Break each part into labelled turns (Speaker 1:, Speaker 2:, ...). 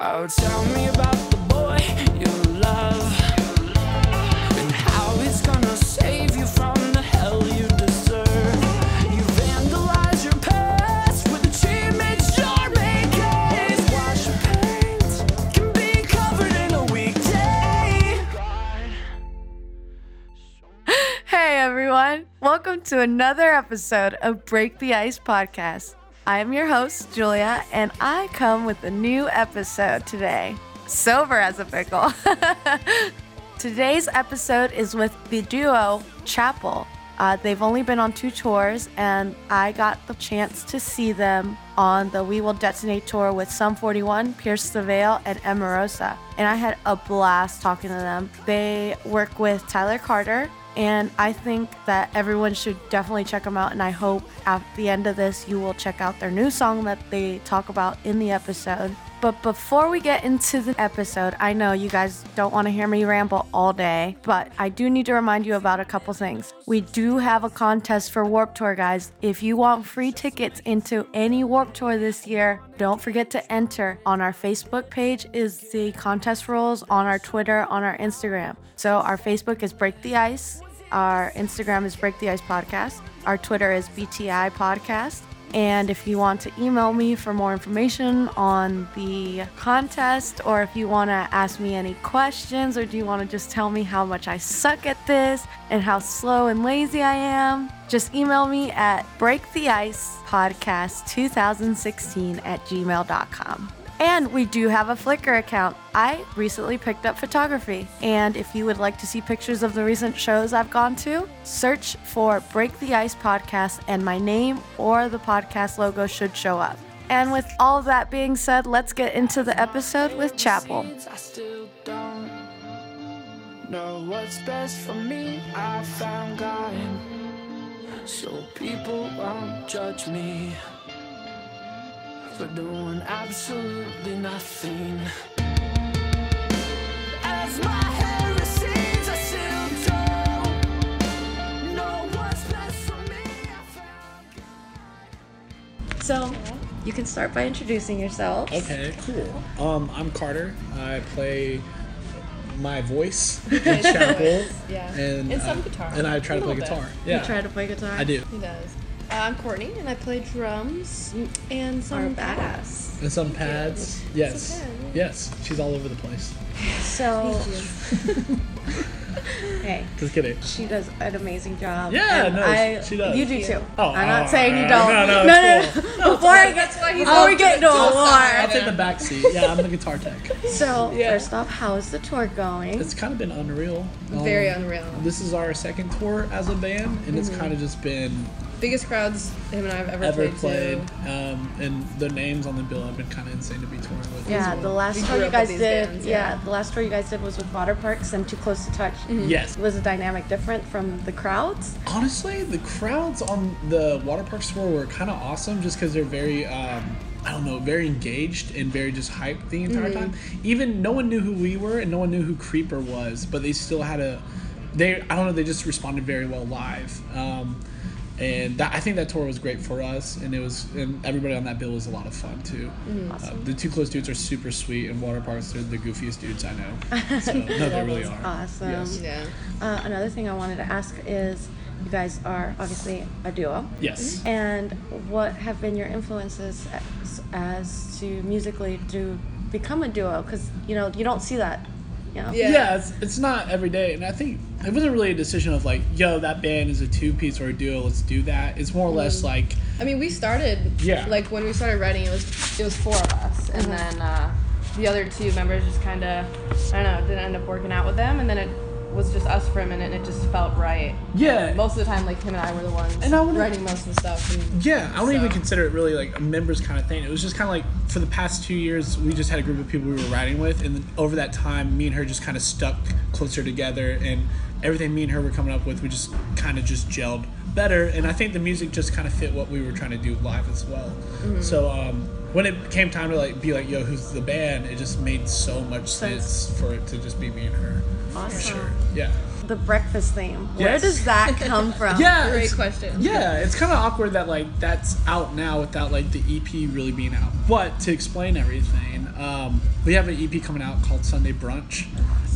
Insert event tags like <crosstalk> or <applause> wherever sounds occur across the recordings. Speaker 1: Oh, tell me about the boy you love and how he's gonna save you from the hell you deserve. You vandalize your past with achievements you're making. Wash your paint can be covered in a weekday.
Speaker 2: Hey everyone, welcome to another episode of Break the Ice podcast. I am your host, Julia, and I come with a new episode today. Sober as a pickle. <laughs> Today's episode is with the duo Chapel. Uh, they've only been on two tours, and I got the chance to see them on the We Will Detonate tour with Sum 41, Pierce the Veil, and Emerosa. And I had a blast talking to them. They work with Tyler Carter, and I think that everyone should definitely check them out. And I hope at the end of this, you will check out their new song that they talk about in the episode. But before we get into the episode, I know you guys don't want to hear me ramble all day, but I do need to remind you about a couple things. We do have a contest for Warp Tour, guys. If you want free tickets into any Warp Tour this year, don't forget to enter. On our Facebook page is the contest rules, on our Twitter, on our Instagram. So our Facebook is Break the Ice, our Instagram is Break the Ice Podcast, our Twitter is BTI Podcast. And if you want to email me for more information on the contest, or if you want to ask me any questions, or do you want to just tell me how much I suck at this and how slow and lazy I am, just email me at breaktheicepodcast2016 at gmail.com. And we do have a Flickr account. I recently picked up photography. And if you would like to see pictures of the recent shows I've gone to, search for Break the Ice Podcast, and my name or the podcast logo should show up. And with all that being said, let's get into the episode with Chapel.
Speaker 1: I still don't know what's best for me. I found God, so people won't judge me for doing absolutely nothing. As my hair recedes, I still don't know what's best for me. I found God.
Speaker 2: So you can start by introducing yourself.
Speaker 3: Okay, cool. Um, I'm Carter. I play my voice in chapel.
Speaker 4: yeah.
Speaker 3: And,
Speaker 4: And some
Speaker 3: uh,
Speaker 4: guitar.
Speaker 3: And I try
Speaker 4: A
Speaker 3: to play
Speaker 4: little bit.
Speaker 3: guitar. Yeah.
Speaker 2: You try to play guitar?
Speaker 3: I do.
Speaker 4: He does. Uh, I'm Courtney, and I play drums and some bass.
Speaker 3: And some pads. Yes.
Speaker 4: Some pads,
Speaker 3: Yes. She's all over the place.
Speaker 2: So, hey.
Speaker 3: Just kidding.
Speaker 2: She does an amazing job.
Speaker 3: Yeah,
Speaker 2: and
Speaker 3: no,
Speaker 2: I,
Speaker 3: she does.
Speaker 2: You do too.
Speaker 3: Oh,
Speaker 2: I'm not
Speaker 3: oh,
Speaker 2: saying you
Speaker 3: no,
Speaker 2: don't. <laughs>
Speaker 3: <laughs> no, no, it's
Speaker 2: no, no. Before I get, before we get into a
Speaker 3: I'll
Speaker 2: war.
Speaker 3: take the back seat. Yeah, I'm the guitar tech.
Speaker 2: So first off, how is the tour going?
Speaker 3: It's kind of been unreal. Um,
Speaker 4: Very unreal.
Speaker 3: This is our second tour as a band, and it's kind of just been
Speaker 4: Biggest crowds him and I have ever,
Speaker 3: ever played.
Speaker 4: played. to.
Speaker 3: Um, and the names on the bill have been kind of insane to be touring with. as
Speaker 2: yeah,
Speaker 3: well.
Speaker 2: the last
Speaker 4: We
Speaker 2: tour
Speaker 4: grew
Speaker 2: you
Speaker 4: up
Speaker 2: guys did.
Speaker 4: with these bands,
Speaker 2: yeah.
Speaker 4: yeah. Mm-hmm.
Speaker 2: the last tour you guys did was with Water Parks and Too Close to Touch.
Speaker 3: Yes.
Speaker 2: Was the dynamic different from the crowds?
Speaker 3: honestly, the crowds on the water park tour were kind of awesome just because they're very, um, I don't know, very engaged and very just hyped the entire
Speaker 2: Mm-hmm.
Speaker 3: time. Even no one knew who we were and no one knew who Creeper was, but they still had a, they, I don't know, they just responded very well live. Um, and that, I think that tour was great for us, and it was, and everybody on that bill was a lot of fun too.
Speaker 2: Mm-hmm.
Speaker 3: Uh, the two close dudes are super sweet, and water parks they're the goofiest dudes
Speaker 2: <laughs>
Speaker 3: I know. So, no, they really are.
Speaker 2: Awesome.
Speaker 3: Yes.
Speaker 4: Yeah.
Speaker 2: Uh, another thing I wanted to ask is, you guys are obviously a duo.
Speaker 3: Yes.
Speaker 2: And what have been your influences as, as to musically to become a duo? Because you know you don't see that. You know?
Speaker 4: Yeah.
Speaker 3: yeah, it's, it's not every day, and I think it wasn't really a decision of like, yo, that band is a two piece or a duo, let's do that. It's more or less like,
Speaker 4: I mean, we started.
Speaker 3: Yeah.
Speaker 4: Like when we started writing, it was it was four of us, and then uh, the other two members just kind of I don't know didn't end up working out with them, and then it was just us for a minute, and it just felt right.
Speaker 3: yeah,
Speaker 4: Most of the time, like him and I were the ones
Speaker 3: And I wouldn't-
Speaker 4: writing most of the stuff. And
Speaker 3: yeah. I don't even
Speaker 4: So-
Speaker 3: consider it really like a members kind of thing. It was just kind of like for the past two years, we just had a group of people we were riding with, and then over that time, me and her just kind of stuck closer together, and everything me and her were coming up with, we just kind of just gelled better, and I think the music just kind of fit what we were trying to do live as well. So. um when it came time to like be like, yo, who's the band? It just made so much sense,
Speaker 2: Sense.
Speaker 3: for it to just be me and her.
Speaker 2: Awesome.
Speaker 3: For sure. Yeah.
Speaker 2: the breakfast theme. Where
Speaker 3: Yes.
Speaker 2: does
Speaker 4: <laughs>
Speaker 2: that come from?
Speaker 3: Yeah,
Speaker 4: Great
Speaker 3: it's-
Speaker 4: question.
Speaker 3: Yeah, it's kind of awkward that like that's out now without like the EP really being out. But to explain everything, um, we have an EP coming out called Sunday Brunch.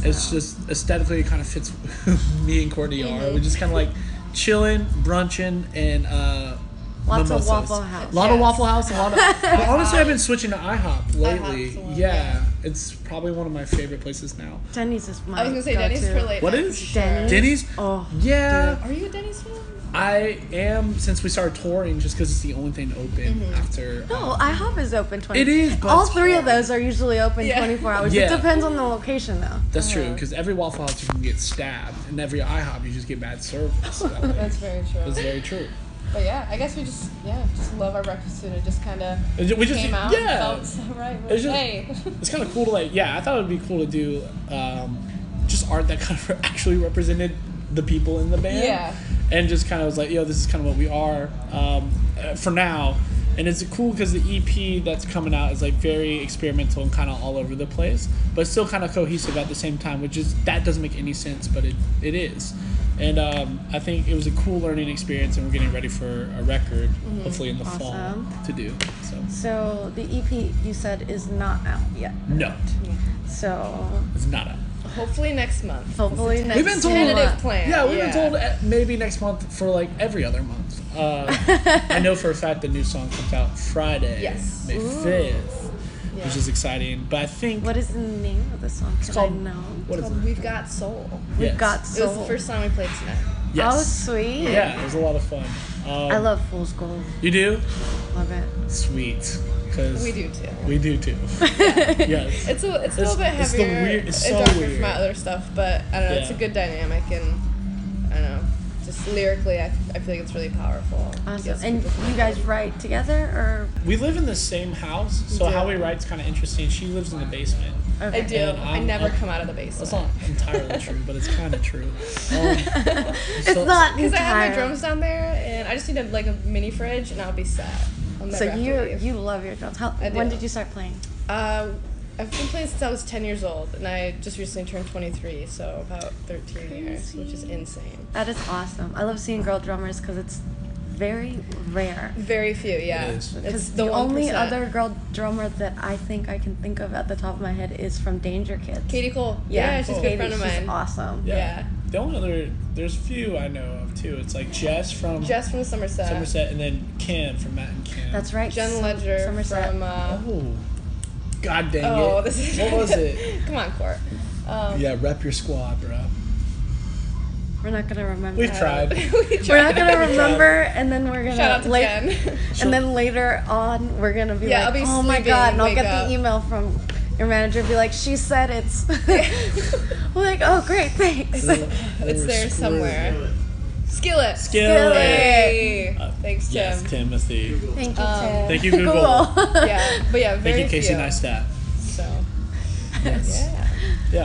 Speaker 3: It's just aesthetically it kind of fits <laughs> who me and Courtney are. We're just kind of like chilling, brunching, and uh,
Speaker 2: Lots of
Speaker 3: mimosas.
Speaker 2: Waffle House.
Speaker 3: A lot of
Speaker 4: Yes.
Speaker 3: Waffle House. A lot of. but honestly, I've been switching to IHOP lately.
Speaker 4: IHOP's a lot,
Speaker 3: yeah, it's probably one of my favorite places now.
Speaker 2: Denny's is my
Speaker 4: I was gonna say
Speaker 2: go-to.
Speaker 4: Denny's for late.
Speaker 3: What
Speaker 4: night
Speaker 3: is-
Speaker 4: for sure.
Speaker 2: Denny's.
Speaker 3: Denny's.
Speaker 2: Oh,
Speaker 3: Yeah.
Speaker 4: Are you a Denny's fan?
Speaker 3: I am since we started touring, just because it's the only thing open
Speaker 4: Mm-hmm.
Speaker 3: after.
Speaker 4: Oh.
Speaker 2: No, IHOP Oh, is open 20.
Speaker 3: It is, but
Speaker 2: all
Speaker 3: it's
Speaker 2: three of
Speaker 3: hard.
Speaker 2: those are usually open
Speaker 4: Yeah.
Speaker 2: 24 hours. It
Speaker 3: Yeah.
Speaker 2: depends on the location, though.
Speaker 3: That's
Speaker 4: Uh-huh.
Speaker 3: true, because every Waffle House you can get stabbed, and every IHOP you just get bad service.
Speaker 4: <laughs> That's very true.
Speaker 3: That's very true.
Speaker 4: But yeah, I guess we just yeah just love our breakfast food. It just kind of
Speaker 3: We ju- we just-
Speaker 4: came out.
Speaker 3: yeah.
Speaker 4: And felt so right. We're
Speaker 3: It's
Speaker 4: like,
Speaker 3: just-
Speaker 4: hey.
Speaker 3: It's kind of cool to like, yeah. I thought it would be cool to do um, just art that <laughs> kind of actually represented the people in the band.
Speaker 4: Yeah.
Speaker 3: And just kind of was like, yo, this is kind of what we are um, uh, for now. And it's cool because the EP that's coming out is like very experimental and kind of all over the place, but still kind of cohesive at the same time, which is that doesn't make any sense, but it, it is. And um, I think it was a cool learning experience, and we're getting ready for a record, hopefully in the
Speaker 2: Awesome.
Speaker 3: fall, to do. So
Speaker 2: So the EP you said is not out yet.
Speaker 3: no,
Speaker 2: So
Speaker 3: it's not out.
Speaker 4: Hopefully next month.
Speaker 2: hopefully next
Speaker 3: We've been told- uh,
Speaker 4: Tentative
Speaker 2: month.
Speaker 4: plan.
Speaker 3: Yeah, we've been told uh, maybe next month for like every other month. Uh, I know for a fact the new song comes out Friday,
Speaker 4: Yes.
Speaker 3: May fifth,
Speaker 4: Yeah.
Speaker 3: which is exciting. But I think
Speaker 2: What is the name of the song? Can I
Speaker 3: called-
Speaker 2: know?
Speaker 3: what is
Speaker 4: Called
Speaker 3: it?
Speaker 4: We've Got Soul.
Speaker 2: We've
Speaker 3: Yes.
Speaker 2: got
Speaker 4: It
Speaker 2: Soul.
Speaker 4: was the first song we played tonight.
Speaker 3: Yes.
Speaker 2: Oh, sweet.
Speaker 3: Yeah, it was a lot of fun. Um,
Speaker 2: I love Fool's Gold.
Speaker 3: you. Do
Speaker 2: Love it.
Speaker 3: sweet because
Speaker 4: We do too.
Speaker 3: We
Speaker 4: <laughs>
Speaker 3: do too.
Speaker 4: It's
Speaker 3: yes.
Speaker 4: a it's a
Speaker 3: It's-
Speaker 4: little bit heavier.
Speaker 3: it's the weird- it's so
Speaker 4: and darker
Speaker 3: weird.
Speaker 4: from my other stuff, but I don't know. It's a
Speaker 3: Yeah.
Speaker 4: good dynamic, and I don't know. Just lyrically, I, I feel like it's really powerful.
Speaker 2: Awesome.
Speaker 4: Yes,
Speaker 2: And
Speaker 4: people can
Speaker 2: you guys write together or?
Speaker 3: We live in the same house, so
Speaker 4: do.
Speaker 3: how we write's kind of interesting. She lives in the basement.
Speaker 4: I do.
Speaker 3: And
Speaker 4: I
Speaker 3: I'm-
Speaker 4: never
Speaker 3: I'm-
Speaker 4: come out of the
Speaker 3: That's
Speaker 4: basement
Speaker 3: not entirely true, but it's kind of true.
Speaker 4: <laughs>
Speaker 3: Um,
Speaker 2: It's not
Speaker 4: because I have my
Speaker 2: entire-
Speaker 4: drums down there, and I just need a, like a mini fridge, and I'll be set. I'll never
Speaker 2: So
Speaker 4: have to
Speaker 2: you
Speaker 4: leave.
Speaker 2: you love your drums. How,
Speaker 4: I
Speaker 2: when
Speaker 4: do.
Speaker 2: did you start playing?
Speaker 4: Uh, I've been playing since I was 10 years old, and I just recently turned 23, so about 13 years, which is insane.
Speaker 2: That is awesome. I love seeing girl drummers because it's very rare.
Speaker 4: Very few, yeah.
Speaker 3: It
Speaker 4: It's
Speaker 3: is.
Speaker 2: Because
Speaker 4: the,
Speaker 2: the, only
Speaker 4: 1%.
Speaker 2: other girl drummer that I think I can think of at the top of my head is from Danger Kids.
Speaker 4: Katie Cole. Yeah, she's a
Speaker 2: Katie,
Speaker 4: good friend of
Speaker 2: she's
Speaker 4: mine.
Speaker 2: awesome.
Speaker 3: yeah.
Speaker 4: Yeah.
Speaker 3: The only other there's few I know of too. It's like Jess from
Speaker 4: Jess from Somerset.
Speaker 3: Somerset, and then Kim from Matt and Kim.
Speaker 2: That's right.
Speaker 4: Jen
Speaker 2: Som-
Speaker 4: Ledger
Speaker 2: Somerset.
Speaker 4: from. Uh,
Speaker 3: Oh, god dang
Speaker 4: oh,
Speaker 3: it!
Speaker 4: this is.
Speaker 3: What was
Speaker 4: <laughs>
Speaker 3: it?
Speaker 4: Come on, Court. Um,
Speaker 3: yeah, rep your squad, bro.
Speaker 2: We're not gonna remember.
Speaker 4: Uh, <laughs>
Speaker 3: We've tried.
Speaker 4: we
Speaker 2: We're not
Speaker 4: tried.
Speaker 2: gonna remember, and then we're gonna
Speaker 4: Shout out to
Speaker 2: late-
Speaker 4: Jen. <laughs>
Speaker 2: and then later on we're gonna be
Speaker 4: Yeah,
Speaker 2: like,
Speaker 4: I'll be
Speaker 2: oh my
Speaker 4: sleeping,
Speaker 2: god, and I'll
Speaker 4: wake
Speaker 2: get
Speaker 4: up.
Speaker 2: the email from your manager, and be like, she said it's. <laughs> We're like, oh great, thanks.
Speaker 4: it's there somewhere. Skillet.
Speaker 3: Skillet.
Speaker 4: Hey. Thanks, Tim.
Speaker 3: Uh, Yes, Timothy.
Speaker 2: <laughs> Thank you,
Speaker 4: Um,
Speaker 2: Tim.
Speaker 4: <laughs>
Speaker 3: Thank you, Google.
Speaker 4: Yeah, but yeah, very
Speaker 3: Thank you, Casey
Speaker 4: few.
Speaker 3: Neistat.
Speaker 4: So
Speaker 3: Yes.
Speaker 4: yeah.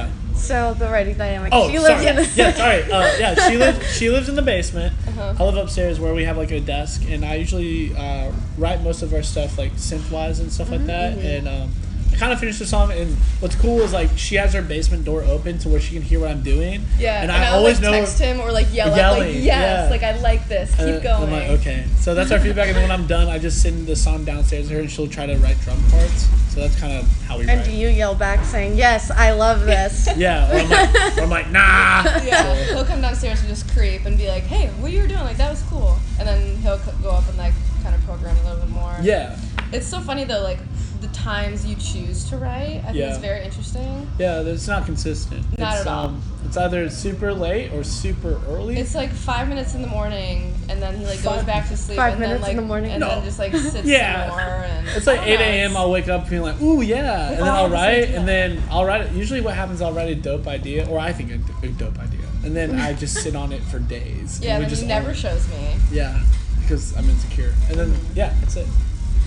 Speaker 3: Yeah.
Speaker 2: <laughs> So the writing dynamic.
Speaker 3: Oh,
Speaker 2: she
Speaker 3: sorry.
Speaker 2: lives in a
Speaker 3: yeah, sorry. Uh, yeah, she lives. She lives in the basement.
Speaker 4: Uh-huh.
Speaker 3: I live upstairs where we have like a desk, and I usually uh, write most of our stuff like synth wise and stuff like that. And um, I kind of finished the song. And what's cool is like she has her basement door open to where she can hear what I'm doing.
Speaker 4: Yeah,
Speaker 3: And, I always
Speaker 4: like,
Speaker 3: know.
Speaker 4: text him or like yell out like
Speaker 3: Yelling,
Speaker 4: yes,
Speaker 3: yeah.
Speaker 4: like I like this. Keep
Speaker 3: Uh,
Speaker 4: going.
Speaker 3: I'm like, okay. So that's our feedback. And then when I'm done, I just send the song downstairs to her, and she'll try to write drum parts. So that's kind of how we
Speaker 2: <laughs> And
Speaker 3: write.
Speaker 2: do you yell back saying, "Yes, I love this"?
Speaker 3: yeah. Or I'm like, or I'm like nah.
Speaker 4: <laughs> Yeah, he'll come downstairs and just creep and be like, "Hey, what you were doing? Like that was cool." And then he'll c- go up and like kind of program a little bit more.
Speaker 3: Yeah.
Speaker 4: It's so funny though, like the times you choose to write. I think
Speaker 3: Yeah.
Speaker 4: it's very interesting.
Speaker 3: Yeah, it's not consistent.
Speaker 4: Not
Speaker 3: it's,
Speaker 4: at all.
Speaker 3: Um, it's either super late or super early.
Speaker 4: It's like five minutes in the morning, and then he like goes
Speaker 3: Five-
Speaker 4: back to sleep.
Speaker 2: Five
Speaker 4: and
Speaker 2: minutes in
Speaker 4: then, like,
Speaker 2: the morning?
Speaker 4: and
Speaker 3: No.
Speaker 4: then just like sits
Speaker 3: <laughs> Yeah.
Speaker 4: some more. And
Speaker 3: It's like
Speaker 4: I
Speaker 3: 8
Speaker 4: don't know,
Speaker 3: a.m. I'll wake up feeling like, ooh, yeah. And then
Speaker 4: all
Speaker 3: I'll
Speaker 4: have the same
Speaker 3: write,
Speaker 4: time.
Speaker 3: and then I'll write it. Usually, what happens, I'll write a dope idea, or I think a, d- a dope idea. And then I just sit on it for days.
Speaker 4: <laughs> Yeah,
Speaker 3: and
Speaker 4: and
Speaker 3: we
Speaker 4: then
Speaker 3: just
Speaker 4: he never
Speaker 3: own it.
Speaker 4: shows me.
Speaker 3: Yeah, because I'm insecure. And then, yeah, that's it.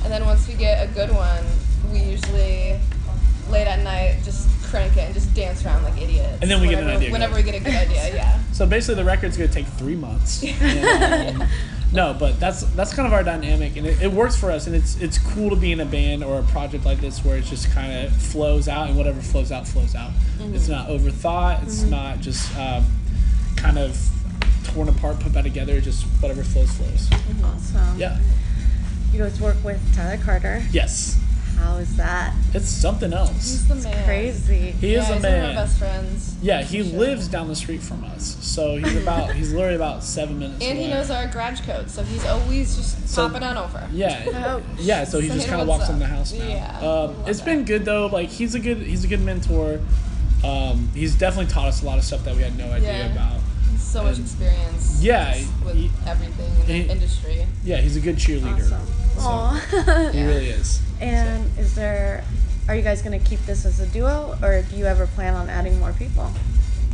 Speaker 4: And then once we get a good one, we usually late at night just crank it and just dance around like idiots.
Speaker 3: And then we get an
Speaker 4: whenever,
Speaker 3: idea
Speaker 4: Whenever
Speaker 3: going.
Speaker 4: we get
Speaker 3: <laughs>
Speaker 4: a good idea, yeah.
Speaker 3: So basically, the record's gonna take
Speaker 4: <laughs>
Speaker 3: three months. And, um, no, but that's that's kind of our dynamic, and it, it works for us. And it's it's cool to be in a band or a project like this where it just kind of
Speaker 4: Mm-hmm.
Speaker 3: flows out, and whatever flows out flows out. It's not overthought. It's not just. Um, kind of torn apart, put back together, just whatever flows, flows.
Speaker 4: Mm-hmm.
Speaker 2: Awesome.
Speaker 3: Yeah.
Speaker 2: You guys work with Tyler Carter.
Speaker 3: Yes.
Speaker 2: How is that?
Speaker 3: It's something else.
Speaker 4: He's the man.
Speaker 2: Crazy.
Speaker 3: He
Speaker 4: Yeah,
Speaker 3: is a
Speaker 4: he's One of my
Speaker 3: man.
Speaker 4: best friends.
Speaker 3: Yeah, he lives down the street from us, so he's about he's literally about seven minutes.
Speaker 4: And he
Speaker 3: away.
Speaker 4: knows our garage code, so he's always just
Speaker 3: So-
Speaker 4: popping on over.
Speaker 3: Yeah.
Speaker 2: Oh,
Speaker 3: Yeah, so he
Speaker 4: So
Speaker 3: just
Speaker 4: hit
Speaker 3: kind
Speaker 4: him
Speaker 3: of walks
Speaker 4: what's
Speaker 3: in the
Speaker 4: up.
Speaker 3: house now.
Speaker 4: Yeah,
Speaker 3: Um,
Speaker 4: love
Speaker 3: it's
Speaker 4: that.
Speaker 3: been good though. Like he's a good he's a good mentor. Um, he's definitely taught us a lot of stuff that we had no idea
Speaker 4: Yeah.
Speaker 3: about.
Speaker 4: So much
Speaker 3: And-
Speaker 4: experience.
Speaker 3: Yeah,
Speaker 4: just with
Speaker 3: he-
Speaker 4: everything in
Speaker 3: he-
Speaker 4: the industry.
Speaker 3: Yeah, he's a good cheerleader.
Speaker 2: Awesome. Aw. <laughs>
Speaker 3: He really is.
Speaker 2: and is there? Are you guys gonna keep this as a duo, or do you ever plan on adding more people?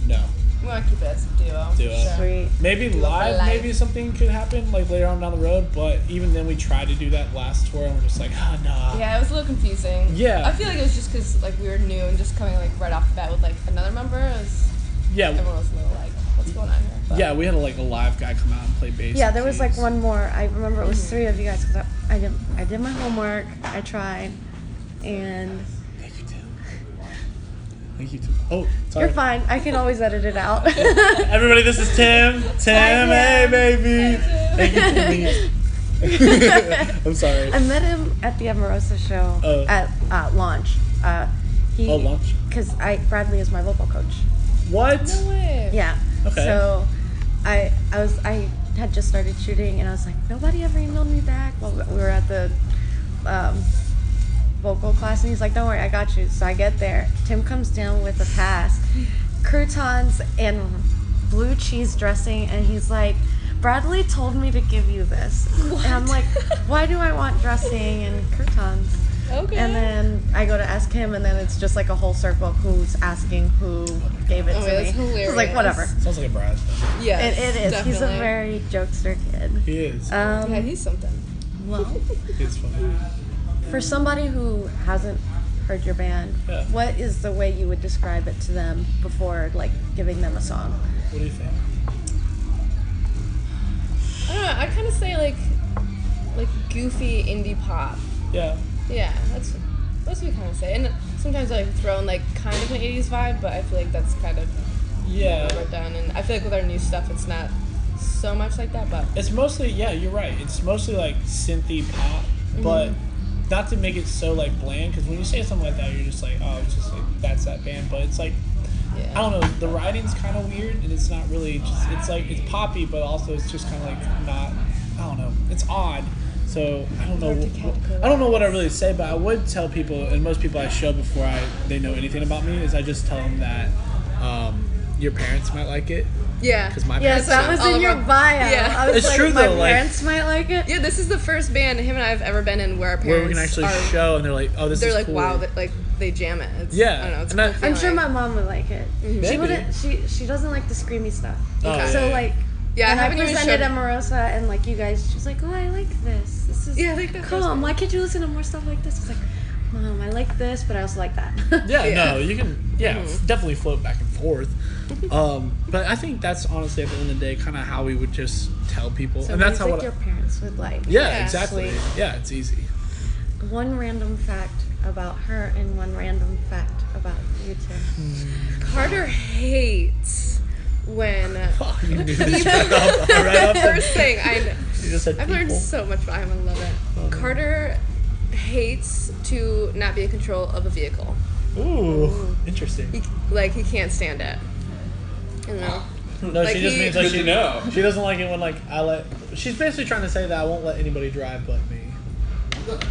Speaker 3: No.
Speaker 4: We want to keep it as a duo.
Speaker 3: Duo.
Speaker 4: Sure.
Speaker 2: Sweet.
Speaker 3: Maybe
Speaker 4: Love
Speaker 3: live,
Speaker 4: life.
Speaker 3: maybe something could happen like later on down the road. But even then, we tried to do that last tour, and we're just like, ah, nah.
Speaker 4: Yeah, it was a little confusing.
Speaker 3: Yeah.
Speaker 4: I feel like it was just because like we were new and just coming like right off the bat with like another member. It was,
Speaker 3: Yeah,
Speaker 4: everyone was a little like, what's going on here? But
Speaker 3: yeah. We had like a live guy come out and play bass.
Speaker 2: Yeah,
Speaker 3: and
Speaker 2: there was like
Speaker 3: keys.
Speaker 2: one more. I remember it was three of you guys because I, I did I did my homework. I tried, and
Speaker 3: Thank you, Tim. Thank you, Tim. Oh, sorry.
Speaker 2: you're fine. I can always edit it
Speaker 3: <laughs>
Speaker 2: out.
Speaker 3: Everybody, this is Tim. Tim, hey,
Speaker 2: Hi, Tim.
Speaker 3: baby. Thank you, Tim. <laughs> I'm sorry.
Speaker 2: I met him at the Amorosa show
Speaker 3: Oh.
Speaker 2: at uh, launch. Uh, he,
Speaker 3: Oh, lunch.
Speaker 2: Because I Bradley is my vocal coach.
Speaker 3: What?
Speaker 4: No way.
Speaker 2: Yeah.
Speaker 3: Okay.
Speaker 2: So, I I was I had just started shooting and I was like nobody ever emailed me back. Well, we were at the um, vocal class and he's like, don't worry, I got you. So I get there. Tim comes down with a pass, croutons and blue cheese dressing, and he's like. Bradley told me to give you this. And I'm like, why do I want dressing and croutons?
Speaker 4: Okay.
Speaker 2: And then I go to ask him, and then it's just like a whole circle who's asking who gave it
Speaker 4: Oh,
Speaker 2: to
Speaker 4: that's
Speaker 2: me.
Speaker 4: hilarious.
Speaker 2: It's like whatever.
Speaker 3: Sounds like a Brad.
Speaker 4: yeah,
Speaker 2: It, it is. He's a very jokester kid.
Speaker 3: He is.
Speaker 2: Um,
Speaker 4: Yeah, he's something.
Speaker 2: well,
Speaker 3: It's funny.
Speaker 2: for somebody who hasn't heard your band,
Speaker 3: Yeah.
Speaker 2: what is the way you would describe it to them before like giving them a song?
Speaker 3: What do you think?
Speaker 4: I don't know. I kind of say like, like goofy indie pop.
Speaker 3: Yeah.
Speaker 4: Yeah, that's that's what we kind of say. And sometimes I throw in like kind of an '80s vibe, but I feel like that's kind of
Speaker 3: Yeah.
Speaker 4: overdone. And I feel like with our new stuff, it's not so much like that. But
Speaker 3: It's mostly yeah. You're right. It's mostly like synthy pop, but not to make it so like bland. Because when you say something like that, you're just like, oh, it's just like that's that band. But it's like
Speaker 4: yeah,
Speaker 3: I don't know. The writing's kind of weird, and it's not really. Just, it's like it's poppy, but also it's just kind of like not. I don't know. It's odd. So I don't know.
Speaker 4: Hard to categorize.
Speaker 3: I don't know what I really say, but I would tell people, and most people I show before I they know anything about me, is I just tell them that um, your parents might like it
Speaker 4: yeah.
Speaker 3: because my
Speaker 2: Yes,
Speaker 3: parents.
Speaker 2: that was
Speaker 4: All
Speaker 2: in your
Speaker 4: around-
Speaker 2: bio.
Speaker 4: Yeah.
Speaker 2: I was
Speaker 3: It's
Speaker 2: like,
Speaker 3: true,
Speaker 2: my
Speaker 3: though, like-
Speaker 2: parents might like it.
Speaker 4: Yeah, this is the first band him and I have ever been in where our parents
Speaker 3: Where we can actually
Speaker 4: are,
Speaker 3: show, and they're like, oh, this
Speaker 4: They're
Speaker 3: is
Speaker 4: like,
Speaker 3: cool.
Speaker 4: wow, that, like they jam it. It's,
Speaker 3: Yeah,
Speaker 4: I don't know. It's
Speaker 3: and
Speaker 4: a
Speaker 3: I-
Speaker 4: cool
Speaker 2: I'm sure
Speaker 4: feeling.
Speaker 2: my mom would like it.
Speaker 3: Maybe.
Speaker 2: She wouldn't. She she doesn't like the screamy stuff.
Speaker 3: Oh,
Speaker 2: So
Speaker 3: yeah.
Speaker 2: like.
Speaker 4: Yeah, I
Speaker 2: when I,
Speaker 4: haven't even
Speaker 2: presented
Speaker 4: showed-
Speaker 2: Amorosa and like you guys, she's like, "Oh, I like this. This is
Speaker 4: Yeah, I like that
Speaker 2: calm. Why can't you listen to more stuff like this?" It's like, "Mom, I like this, but I also like that." <laughs>
Speaker 4: Yeah.
Speaker 3: Yeah,
Speaker 4: Mm-hmm.
Speaker 3: no, you can, yeah, definitely float back and
Speaker 4: <laughs>
Speaker 3: forth. Um, but I think that's honestly at the end of the day, kind of how we would just tell people,
Speaker 2: So
Speaker 3: and that's how
Speaker 2: music
Speaker 3: what I-
Speaker 2: your parents would like.
Speaker 3: Yeah,
Speaker 4: Yeah,
Speaker 3: exactly.
Speaker 2: sweet.
Speaker 3: Yeah, it's easy.
Speaker 2: One random fact about her and one random fact about you two.
Speaker 4: Carter hates
Speaker 3: <laughs>
Speaker 4: when.
Speaker 3: Oh, you knew this
Speaker 4: <laughs>
Speaker 3: right off, right off the-
Speaker 4: First thing I know.
Speaker 3: You just said
Speaker 4: I've learned
Speaker 3: people.
Speaker 4: so much about him. I love it.
Speaker 3: Oh.
Speaker 4: Carter hates to not be in control of a vehicle.
Speaker 3: Ooh, interesting.
Speaker 4: He, like he can't stand it. You know.
Speaker 3: No,
Speaker 4: Like
Speaker 3: she just
Speaker 4: he-
Speaker 3: means like
Speaker 5: Good
Speaker 3: she
Speaker 5: to know.
Speaker 3: She doesn't like it when like I let. She's basically trying to say that I won't let anybody drive but me.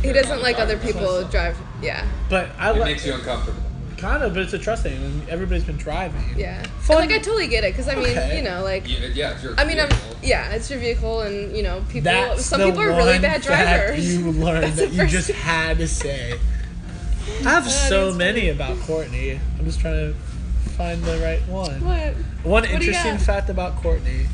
Speaker 4: He doesn't like other people drive. Yeah.
Speaker 3: But I
Speaker 5: It
Speaker 3: like
Speaker 5: makes you uncomfortable.
Speaker 3: kind of, but it's a trust thing, and everybody's been driving.
Speaker 4: Yeah. And,
Speaker 3: Fun-
Speaker 4: like I totally get it because I mean
Speaker 3: Okay.
Speaker 4: you know like.
Speaker 5: You, yeah, it's your
Speaker 4: I mean, I'm,
Speaker 5: vehicle.
Speaker 4: yeah, it's your vehicle, and you know, people.
Speaker 3: That's
Speaker 4: some
Speaker 3: the
Speaker 4: people are really
Speaker 3: one
Speaker 4: bad
Speaker 3: fact
Speaker 4: drivers.
Speaker 3: You learned
Speaker 4: That's the
Speaker 3: that you
Speaker 4: first
Speaker 3: just
Speaker 4: thing.
Speaker 3: had to say. I have so
Speaker 4: is
Speaker 3: many about Courtney. I'm just trying to find the right one.
Speaker 4: <laughs> What?
Speaker 3: One
Speaker 4: do you
Speaker 3: interesting
Speaker 4: got?
Speaker 3: fact about Courtney.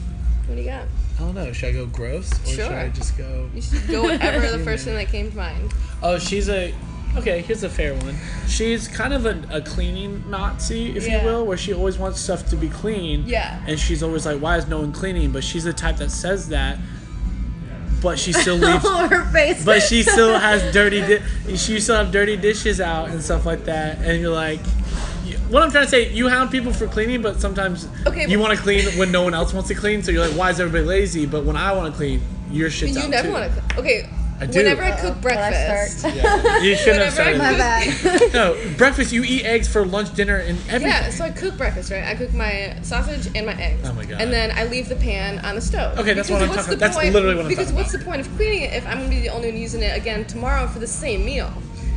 Speaker 4: What do you got?
Speaker 3: I don't know. Should I go gross or should
Speaker 4: Sure.
Speaker 3: I just go?
Speaker 4: You should
Speaker 3: <laughs>
Speaker 4: go whatever the first thing that came to mind.
Speaker 3: Oh, she's a. Okay, here's a fair one. She's kind of a, a cleaning Nazi, if
Speaker 4: Yeah.
Speaker 3: you will, where she always wants stuff to be clean.
Speaker 4: Yeah.
Speaker 3: And she's always like, "Why is no one cleaning?" But she's the type that says that, but she still
Speaker 4: <laughs>
Speaker 3: leaves.
Speaker 4: Oh,
Speaker 2: her face.
Speaker 3: but she still has dirty. Di- she still have dirty dishes out and stuff like that. And you're like, you- what I'm trying to say, you hound people for cleaning, but sometimes
Speaker 4: Okay,
Speaker 3: you
Speaker 4: but-
Speaker 3: want to clean when no one else wants to clean. So you're like, why is everybody lazy? But when I want to clean, your shit's
Speaker 4: You
Speaker 3: out
Speaker 4: never
Speaker 3: too.
Speaker 4: want to. Okay.
Speaker 3: I do.
Speaker 4: Whenever I cook
Speaker 6: Well, Uh, I <laughs>
Speaker 4: breakfast.
Speaker 6: start.
Speaker 3: You shouldn't have
Speaker 4: Whenever
Speaker 3: started.
Speaker 4: I
Speaker 6: My
Speaker 3: this.
Speaker 6: bad.
Speaker 3: <laughs> No, breakfast. You eat eggs for lunch, dinner, and everything.
Speaker 4: Yeah, so I cook breakfast, right? I cook my sausage and my eggs.
Speaker 3: Oh my God.
Speaker 4: And then I leave the pan on the stove.
Speaker 3: Okay,
Speaker 4: Because
Speaker 3: that's what I'm
Speaker 4: what's
Speaker 3: talking-
Speaker 4: the
Speaker 3: that's
Speaker 4: point-
Speaker 3: literally what I'm
Speaker 4: Because
Speaker 3: talking
Speaker 4: what's the point of cleaning it if I'm gonna be the only one using it again tomorrow for the same meal?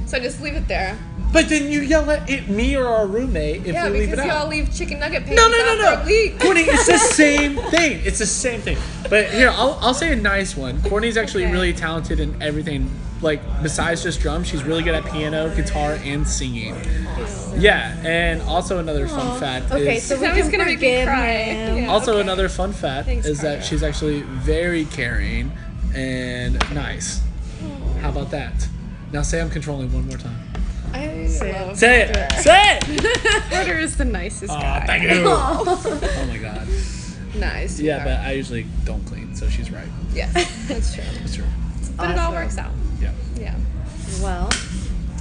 Speaker 4: So I just leave it there.
Speaker 3: But then you yell at it, me or our roommate if
Speaker 4: yeah,
Speaker 3: we leave it
Speaker 4: because
Speaker 3: out.
Speaker 4: y'all leave chicken nugget pans
Speaker 3: no, no, no,
Speaker 4: out
Speaker 3: no.
Speaker 4: for
Speaker 6: <laughs>
Speaker 4: a week.
Speaker 3: Courtney,
Speaker 4: <laughs>
Speaker 3: it's the same thing. It's the same thing. But here, I'll, I'll say a nice one. Courtney's actually
Speaker 4: Okay.
Speaker 3: really talented in everything. Like, besides just drums, she's really good at piano, guitar, and singing. Yeah, and also another fun fact
Speaker 6: Okay,
Speaker 3: is.
Speaker 6: so we
Speaker 4: Somebody's
Speaker 6: can
Speaker 4: gonna make me
Speaker 6: forgive
Speaker 4: cry.
Speaker 6: him.
Speaker 4: Yeah,
Speaker 3: also,
Speaker 4: okay.
Speaker 3: another fun fact
Speaker 4: Thanks,
Speaker 3: is that
Speaker 4: Carter.
Speaker 3: she's actually very caring and nice. How about that? Now say I'm controlling one more time.
Speaker 4: I love
Speaker 3: Say it. Say it.
Speaker 4: Carter is the nicest
Speaker 3: Aw,
Speaker 4: guy.
Speaker 3: thank you. oh my god.
Speaker 4: Nice.
Speaker 3: Yeah,
Speaker 4: you
Speaker 3: but
Speaker 4: are.
Speaker 3: I usually don't clean, so she's right.
Speaker 4: yeah, that's true.
Speaker 3: That's true.
Speaker 4: But it all works out.
Speaker 3: Yeah.
Speaker 4: Yeah.
Speaker 6: Well,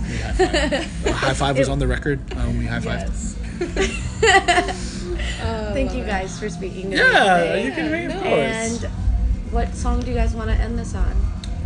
Speaker 3: We high five. high five was on the record. Um, we high fived.
Speaker 4: Yes. Oh,
Speaker 6: thank you guys for speaking to me.
Speaker 3: Yeah,
Speaker 6: today.
Speaker 3: you can make it
Speaker 6: And what song do you guys want to end this on?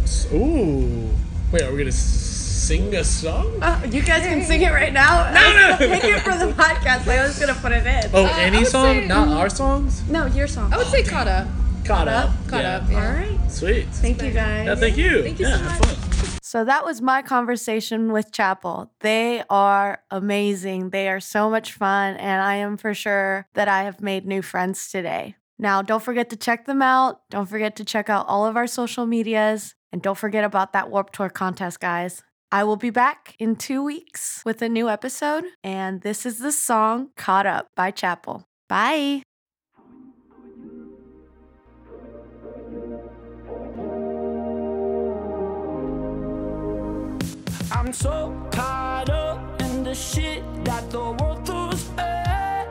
Speaker 3: voice. Ooh. Wait, are we gonna s- sing a song?
Speaker 6: Oh, you guys can sing it right now.
Speaker 3: No, no.
Speaker 6: I
Speaker 3: <laughs>
Speaker 6: was it <laughs> for the podcast. I was gonna put it in.
Speaker 3: Oh,
Speaker 4: Uh, I
Speaker 3: any
Speaker 4: would
Speaker 3: song,
Speaker 4: say-
Speaker 3: not our songs.
Speaker 6: No, your song.
Speaker 4: I would say caught up.
Speaker 3: Caught
Speaker 6: up.
Speaker 4: Caught
Speaker 3: Yeah.
Speaker 4: up. Yeah.
Speaker 6: All right.
Speaker 3: Sweet.
Speaker 6: Thank you guys.
Speaker 3: Yeah, thank you.
Speaker 4: Thank you
Speaker 3: yeah,
Speaker 4: so
Speaker 3: have
Speaker 4: much.
Speaker 3: fun.
Speaker 2: So that was my conversation with Chapel. They are amazing. They are so much fun, and I am for sure that I have made new friends today. Now, don't forget to check them out. Don't forget to check out all of our social medias, and don't forget about that Warp Tour contest, guys. I will be back in two weeks with a new episode, and this is the song Caught Up by Chapel. Bye.
Speaker 1: I'm so caught up in the shit that the world throws at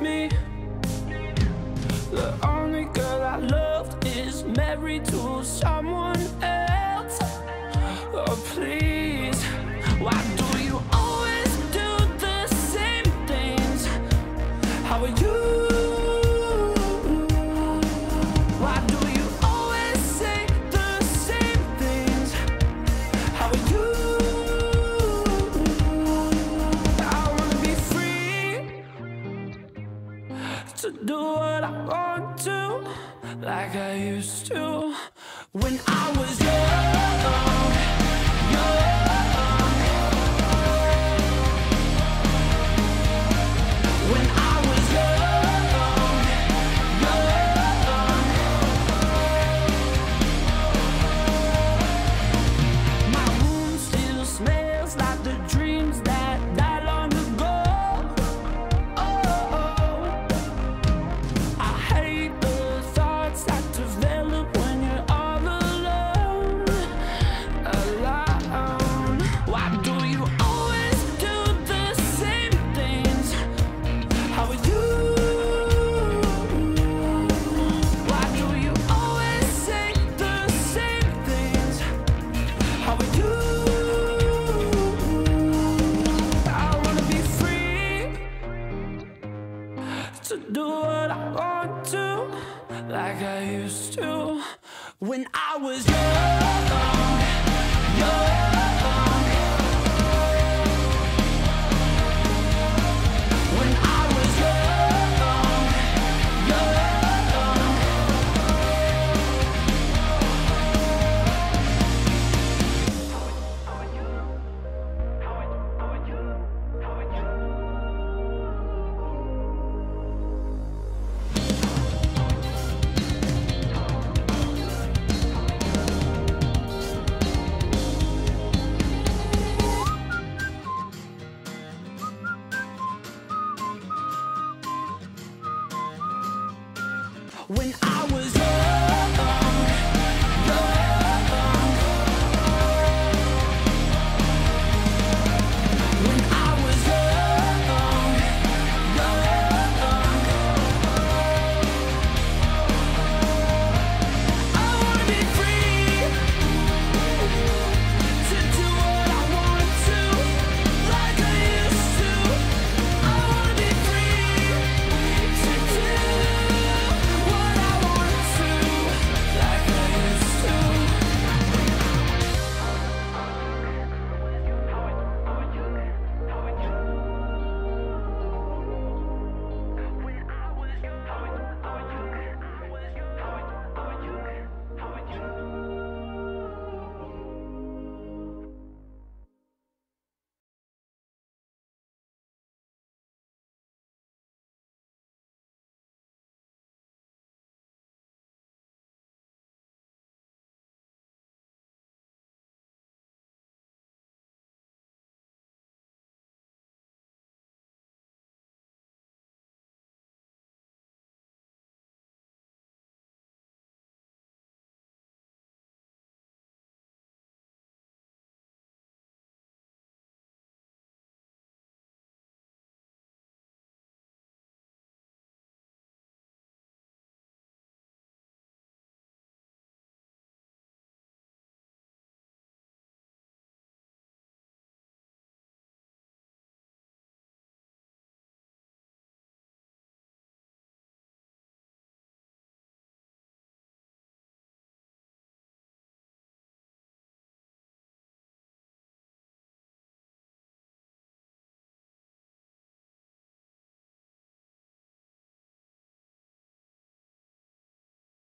Speaker 1: me. The only girl I loved is married to someone else. Oh, please, why do you always do the same things? How are you? Why do you always say the same things? How are you? I wanna be free to do what I want to, like I used to when I was young. young. When I was young, young. My room still smells like the dreams that died long ago. Oh, I hate the thoughts that develop when you're all alone. Alone. Why do you always do the same things? How are you? Why do you always say the same things? How are you? I wanna be free to do what I want to, like I used to when I was young. young. When I was young, young. when I was